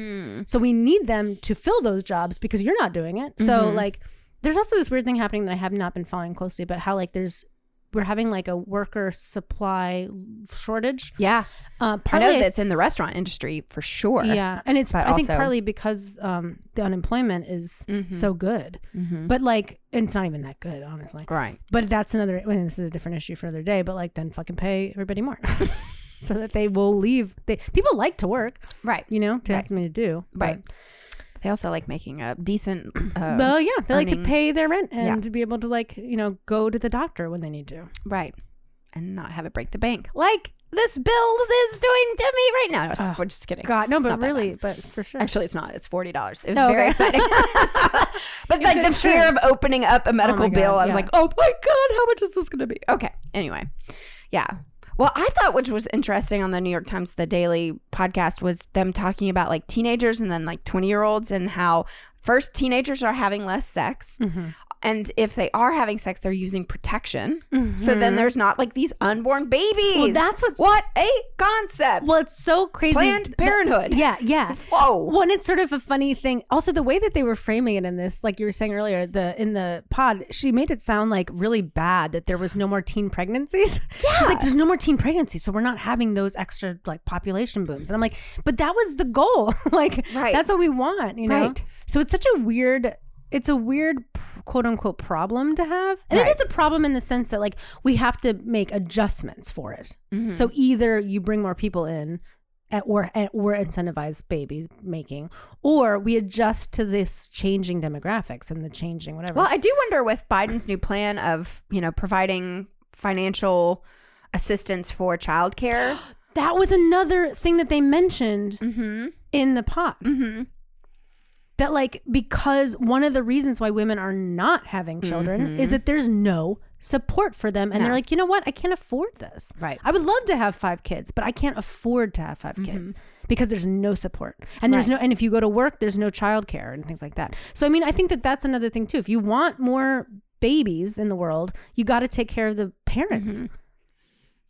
A: so we need them to fill those jobs because you're not doing it so
D: Mm-hmm.
A: like there's also this weird thing happening that i have not been following closely but how like there's we're having like a worker supply shortage
D: yeah.
A: uh
D: I
A: partly
D: know
A: I
D: that's in the restaurant industry for sure.
A: Yeah, and it's
D: but
A: I think
D: also- Mm-hmm.
A: partly because um, the unemployment is so good, but like and it's not even that good, honestly.
D: Right.
A: But that's another. Well, this is a different issue for another day. But like, then fucking pay everybody more, so that they will leave. They people like to work,
D: Right.
A: you know, to have
D: Right.
A: something to do. but-
D: Right. They also like making a decent. Uh,
A: Well, yeah, they like to
D: earning-
A: pay their rent and
D: Yeah.
A: to be able to like you know go to the doctor when they need to.
D: right. And not have it break the bank like this bill is doing to me right now. No, just- we're just kidding.
A: God, no,
D: It's
A: but
D: not that
A: really, but for sure.
D: Actually, it's not. It's forty dollars. It was
A: Oh,
D: very
A: okay.
D: exciting. but like the fear of
A: insurance.
D: opening up a medical
A: God,
D: bill, I was
A: yeah.
D: like, oh my god, how much is this going to be? Okay. Anyway, yeah. Well, I thought which was interesting on the New York Times, the Daily podcast was them talking about like teenagers and then like twenty year olds and how first teenagers are having less sex.
A: Mm-hmm.
D: And if they are having sex, they're using protection. So then there's not like these unborn babies.
A: Mm-hmm. Well, that's what's-
D: what a concept.
A: well, it's so crazy.
D: Planned Parenthood.
A: Yeah, yeah.
D: Whoa.
A: Well, and it's sort of a funny thing. Also, the way that they were framing it in this, like you were saying earlier, the in the pod, she made it sound like really bad that there was no more teen pregnancies. She's like, "There's no more teen pregnancies, so we're not having those extra like population booms." And I'm like, "But that was the goal. like,
D: Right.
A: that's what we want, you know."
D: Right.
A: So it's such a weird. It's a weird quote unquote problem to have. And it
D: Right.
A: is a problem in the sense that like we have to make adjustments for it.
D: Mm-hmm.
A: So either you bring more people in at, or at, or incentivize baby making, or we adjust to this changing demographics and the changing whatever.
D: Well, I do wonder with Biden's new plan of, you know, providing financial assistance for childcare.
A: that was another thing that they mentioned
D: Mm-hmm.
A: in the pot. That like because one of the reasons why women are not having children is that there's no support for them, and
D: Mm-hmm.
A: they're
D: No.
A: like, you know what, I can't afford this.
D: Right.
A: I would love to have five kids, but I can't afford to have 5 kids because there's no support, and there's
D: Mm-hmm. Right.
A: no, and if you go to work, there's no childcare and things like that. So I mean, I think that that's another thing too. If you want more babies in the world, you got to take care of the parents.
D: Mm-hmm.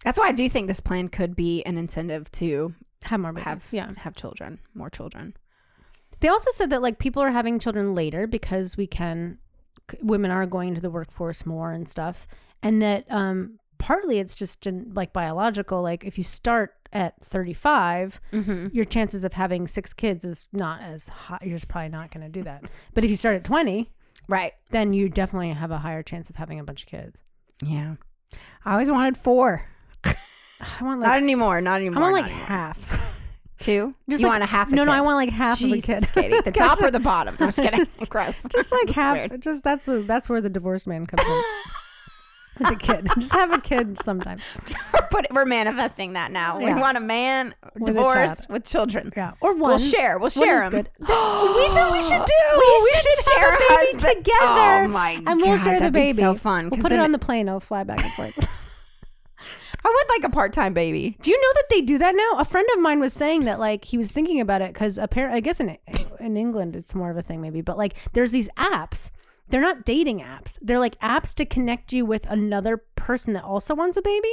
D: That's why I do think this plan could be an incentive to
A: Have more babies.
D: have
A: yeah.
D: have children, more children.
A: They also said that like people are having children later because we can, c- women are going into the workforce more and stuff, and that um, partly it's just gen- like biological. Like if you start at 35,
D: Mm-hmm.
A: your chances of having six kids is not as high. You're just probably not going to do that. but if you start at 20,
D: Right.
A: then you definitely have a higher chance of having a bunch of kids.
D: Yeah. I always wanted four.
A: I want
D: not
A: like
D: anymore. Not
A: I
D: anymore.
A: want
D: not
A: like
D: anymore.
A: half.
D: two.
A: Just
D: you
A: like-
D: want a half? A
A: no, no,
D: kid?
A: I want like half of a
D: Jesus,
A: kid.
D: Katie, the top or the bottom? No, I'm just kidding. Gross.
A: just like
D: That's
A: half
D: weird.
A: just that's that's where the divorce man comes in As a kid, just have a kid sometime.
D: But we're manifesting that now.
A: Yeah.
D: We want a man
A: With a
D: divorced
A: child.
D: with children.
A: Yeah, or one.
D: We'll share. We'll share
A: is
D: 'em.
A: good.
D: we thought we should do.
A: We, should, share a baby
D: husband.
A: together.
D: Oh my god!
A: And we'll share the
D: that'd
A: baby.
D: Be so fun.
A: We'll
D: 'cause
A: put it
D: then
A: on the plane. It'll fly back and forth.
D: I would like a part-time baby.
A: do you know that they do that now? A friend of mine was saying that like he was thinking about it because apparently, I guess in in England it's more of a thing maybe, but like there's these apps. They're not dating apps. They're like apps to connect you with another person that also wants a baby.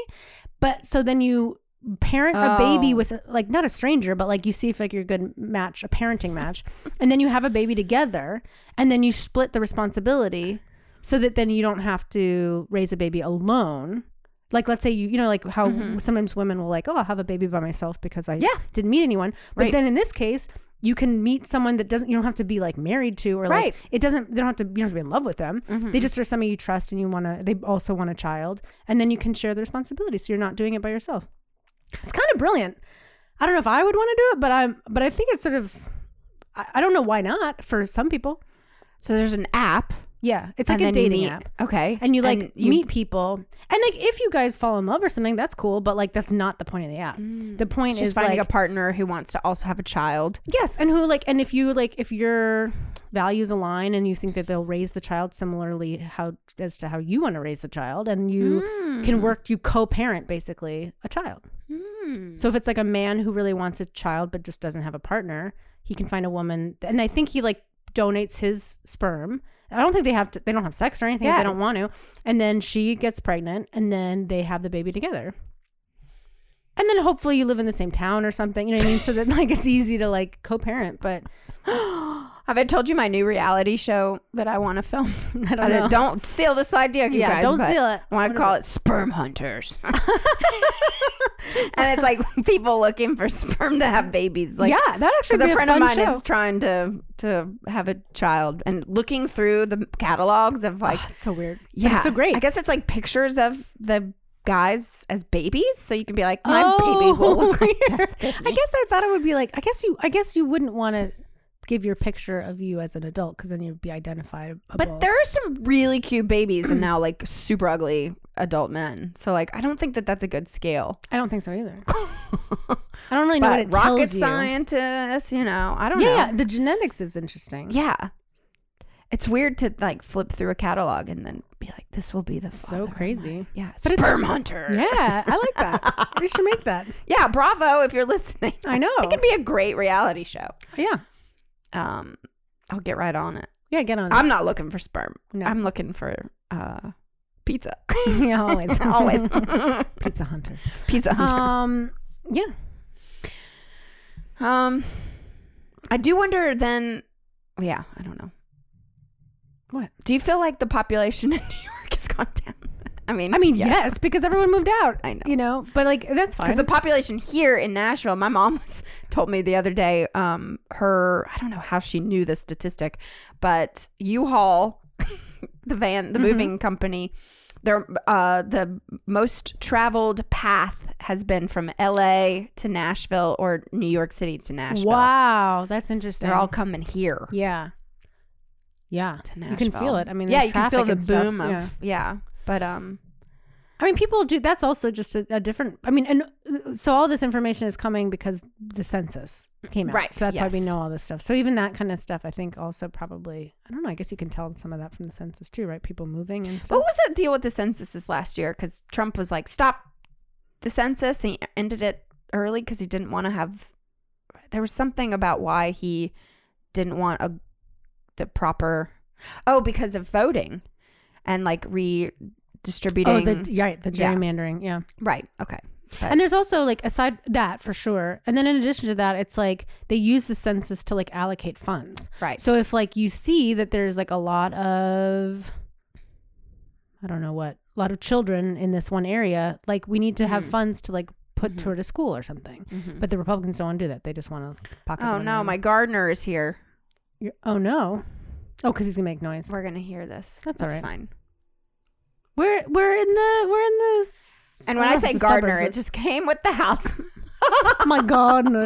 A: But so then you parent a baby
D: Oh.
A: with like not a stranger, but like you see if like you're a good match, a parenting match, and then you have a baby together, and then you split the responsibility so that then you don't have to raise a baby alone. Like let's say you you know like how sometimes women will like oh I'll have a baby by myself because I
D: Mm-hmm. Yeah.
A: didn't meet anyone, but
D: Right.
A: then in this case you can meet someone that doesn't you don't have to be like married to or
D: Right. Mm-hmm.
A: like it doesn't they don't have to you don't have to be in love with them they just are somebody you trust and you want to they also want a child and then you can share the responsibility so you're not doing it by yourself it's kind of brilliant i don't know if i would want to do it but i'm but i think it's sort of i, I don't know why not for some people
D: So there's an app.
A: yeah it's
D: and
A: like a
D: then you
A: dating
D: meet-
A: app
D: Okay.
A: and you like
D: you-
A: meet people and like if you guys fall in love or something that's cool but like that's not the point of the app the point
D: Mm. Just
A: is
D: finding
A: like,
D: a partner who wants to also have a child.
A: Yes, and who like and if you like if your values align and you think that they'll raise the child similarly how as to how you want to raise the child and you can work you co-parent basically a child. So if it's like a man who really wants a child but just doesn't have a partner, he can find a woman and I think he like donates his sperm. I don't think they have to they don't have sex or anything if
D: Yeah.
A: they don't want to. And then she gets pregnant and then they have the baby together. And then hopefully you live in the same town or something, you know what I mean? So that like it's easy to like co-parent, but
D: Have I told you my new reality show that I want to film?
A: I don't know.
D: Uh, Don't steal this idea, you
A: Yeah,
D: guys.
A: don't
D: but
A: steal it.
D: I want
A: What
D: to
A: is
D: call it? Sperm Hunters. and it's like people looking for sperm to have babies. Like,
A: yeah, that actually
D: Because
A: would be
D: a
A: a
D: friend of
A: fun
D: mine
A: show.
D: is trying to to have a child and looking through the catalogs of like
A: It's so weird. But
D: Oh, yeah,
A: It's so great.
D: I guess it's like pictures of the guys as babies, so you can be like, my baby will look like
A: weird.
D: this.
A: Oh, I guess I thought it would be like I guess you I guess you wouldn't want to give your picture of you as an adult because then you'd be identified.
D: But there are some really cute babies and now like super ugly adult men. So like I don't think that that's a good scale.
A: I don't think so either. I don't really know what
D: But
A: it
D: rocket
A: tells you.
D: scientists, you know, I don't
A: Yeah,
D: know.
A: yeah, the genetics is interesting.
D: Yeah. It's weird to like flip through a catalog and then be like, this will be the
A: So
D: father.
A: crazy.
D: Yeah.
A: But it's-
D: Sperm hunter.
A: Yeah, I like that. we should make that.
D: Yeah, bravo if you're listening.
A: I know.
D: It could be a great reality show.
A: Yeah.
D: Um I'll get right on it.
A: Yeah, get on that.
D: I'm not looking for sperm.
A: No.
D: I'm looking for uh pizza.
A: yeah, always.
D: Always.
A: Pizza hunter.
D: pizza hunter.
A: Um yeah.
D: um I do wonder then yeah, I don't know.
A: What?
D: Do you feel like the population in New York has gone down? I mean
A: I mean, yes, because everyone moved out.
D: I know.
A: You know, but like that's fine.
D: because the population here in Nashville, my mom was, told me the other day, um, her I don't know how she knew this statistic, but U-Haul, the van,
A: Mm-hmm.
D: the moving company, their uh, the most traveled path has been from L.A. to Nashville or New York City to Nashville.
A: wow, that's interesting.
D: They're all coming here.
A: yeah. Yeah.
D: To
A: you
D: Nashville.
A: can feel it. I mean,
D: yeah,
A: there's
D: you can feel
A: traffic
D: the
A: and stuff.
D: boom of
A: Yeah.
D: yeah. But um,
A: I mean, people do. That's also just a, a different. I mean, and uh, so all this information is coming because the census came out,
D: Right,
A: So that's why we
D: yes.
A: know all this stuff. So even that kind of stuff, I think, also probably. I don't know. I guess you can tell some of that from the census too, right? People moving and
D: What
A: stuff.
D: was that deal with the censuses last year? Because Trump was like, stop the census. And he ended it early because he didn't want to have. There was something about why he didn't want a the proper. Oh, because of voting and like
A: oh,
D: redistributing.
A: the yeah, right, the
D: Yeah. Uh,
A: gerrymandering. yeah.
D: right. Okay. But-
A: And there's also like aside that for sure. And then in addition to that, it's like they use the census to like allocate funds.
D: Right.
A: So if like you see that there's like a lot of I don't know what, a lot of children in this one area, like we need to
D: Mm-hmm.
A: have funds to like put toward a school or something. But the Republicans don't want to do that. They just want to pocket
D: oh
A: money
D: no,
A: and-
D: my gardener is here.
A: You're- Oh no. Oh, cuz he's going to make noise.
D: We're gonna hear this.
A: That's all right.
D: fine.
A: We're we're in the we're in the s-
D: And when
A: don't
D: I
A: know if
D: say
A: it's the
D: gardener, it
A: suburbs.
D: just came with the house.
A: my gardener's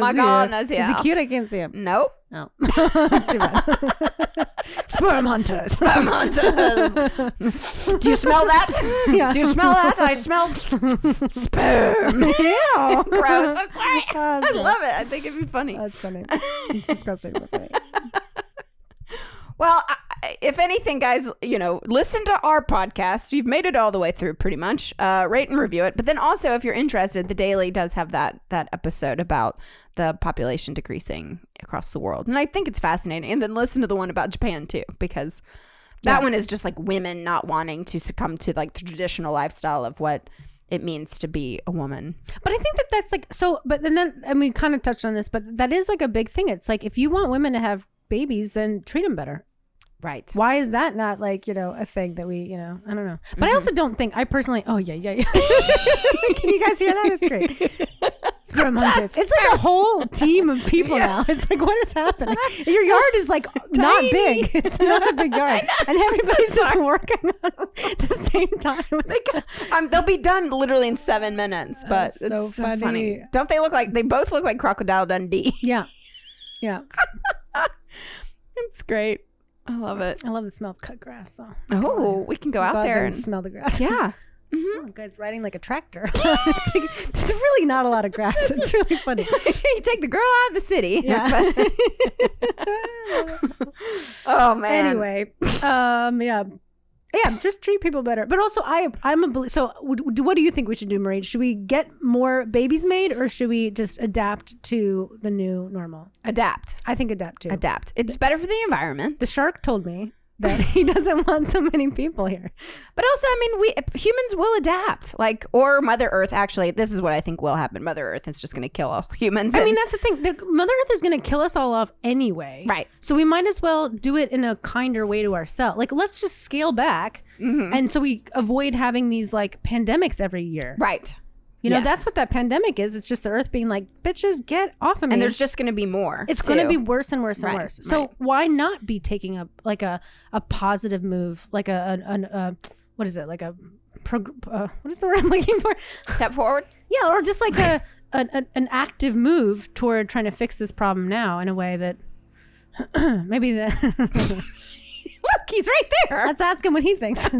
D: My Mm.
A: here.
D: gardener's
A: Is
D: here.
A: he cute? I can't see him.
D: nope.
A: No, that's too Oh. bad. sperm hunters.
D: Do you smell that?
A: Yeah.
D: Do you smell that? I smell sperm.
A: Yeah. Oh,
D: Gross. I'm sorry.
A: God,
D: I
A: gross.
D: love it. I think it'd be funny.
A: That's funny. It's disgusting. But funny.
D: Well, I- I- if anything, guys, you know, listen to our podcast. You've made it all the way through, pretty much. Uh, rate and review it. But then also, if you're interested, the Daily does have that that episode about the population decreasing across the world, and I think it's fascinating. And then listen to the one about Japan too, because that one is just like women not wanting to succumb to like the traditional lifestyle of what it means to be a woman.
A: But I think that that's like so. But and then and we kind of touched on this, but that is like a big thing. It's like if you want women to have babies, then treat them better.
D: Right.
A: Why is that not like you know a thing that we you know I don't know. But I also don't think I personally. Oh yeah yeah. yeah. Can you guys hear that? It's great. Sperm hunters. It's like a whole team of people now. It's like what is happening? Your yard is like not
D: Tiny.
A: big. It's not a big yard, and everybody's just working on it at the same time. It's
D: um, they'll be done literally in seven minutes, but
A: That's
D: it's
A: so
D: so funny.
A: funny.
D: Don't they look like they both look like Crocodile Dundee?
A: yeah, yeah.
D: it's great. I love it.
A: I love the smell of cut grass though.
D: Oh, we can go out
A: Go out
D: there and
A: smell the grass.
D: yeah.
A: Oh, guy's riding like a tractor. it's like, there's really not a lot of grass. It's really funny.
D: you take the girl out of the city.
A: Yeah.
D: oh man.
A: anyway, um, yeah, yeah. Just treat people better. But also, I I'm a belie- so. would- do- What do you think we should do, Marie? Should we get more babies made, or should we just adapt to the new normal?
D: adapt,
A: I think adapt to.
D: adapt. It's better for the environment,
A: the shark told me that he doesn't want so many people here.
D: but also, I mean, we humans will adapt. Like, or Mother Earth. Actually, this is what I think will happen. Mother Earth is just going to kill all humans.
A: I
D: and-
A: mean, that's the thing. The Mother Earth is going to kill us all off anyway.
D: Right.
A: So we might as well do it in a kinder way to ourselves. Like, let's just scale back.
D: Mm-hmm.
A: And so we avoid having these like pandemics every year.
D: right.
A: You know,
D: Yes.
A: that's what that pandemic is. It's just the earth being like, bitches, get off of me.
D: And there's just going to be more.
A: it's going to
D: too.
A: be worse and worse and
D: Right,
A: worse. So
D: right.
A: why not be taking a like a a positive move, like a an, an uh, what is it, like a prog- uh, what is the word I'm looking for?
D: step forward.
A: Yeah, or just like a an, an, an active move toward trying to fix this problem now in a way that maybe the
D: Look, he's right there.
A: let's ask him what he thinks.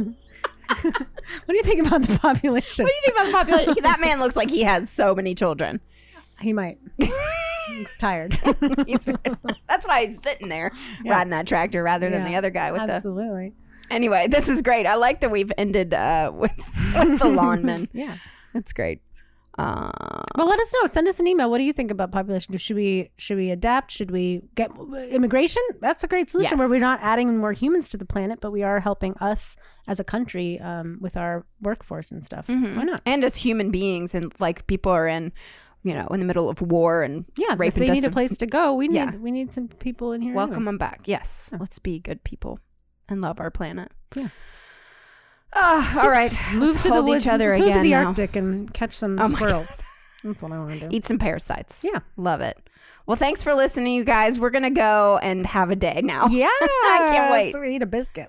A: what do you think about the population?
D: What do you think about the population? that man looks like he has so many children.
A: He might. He's tired.
D: He's, that's why he's sitting there riding that tractor rather than the
A: Yeah,
D: other guy with
A: Absolutely.
D: the. Anyway, this is great. I like that we've ended uh, with, with the lawnman.
A: Yeah.
D: That's great. Uh,
A: Well, let us know. Send us an email. What do you think about population? Should we should we adapt? Should we get immigration? That's a great solution
D: Yes.
A: where we're not adding more humans to the planet, but we are helping us as a country um, with our workforce and stuff.
D: Mm-hmm.
A: Why not?
D: and as human beings, and like people are in, you know, in the middle of war and
A: Yeah,
D: rape
A: if they
D: and
A: need a
D: dust-
A: place to go, we need
D: Yeah.
A: we need some people in here.
D: Welcome
A: anyway.
D: them back. Yes, let's be good people and love our planet.
A: Yeah.
D: Ah, all right.
A: move
D: Let's
A: to the
D: hold
A: woods,
D: each other
A: let's
D: again.
A: Move to the
D: now.
A: Arctic and catch some
D: Oh my
A: squirrels. That's what I want to do.
D: Eat some parasites.
A: Yeah.
D: Love it. Well, thanks for listening, you guys. We're going to go and have a day now.
A: Yeah,
D: I can't wait.
A: We eat a biscuit.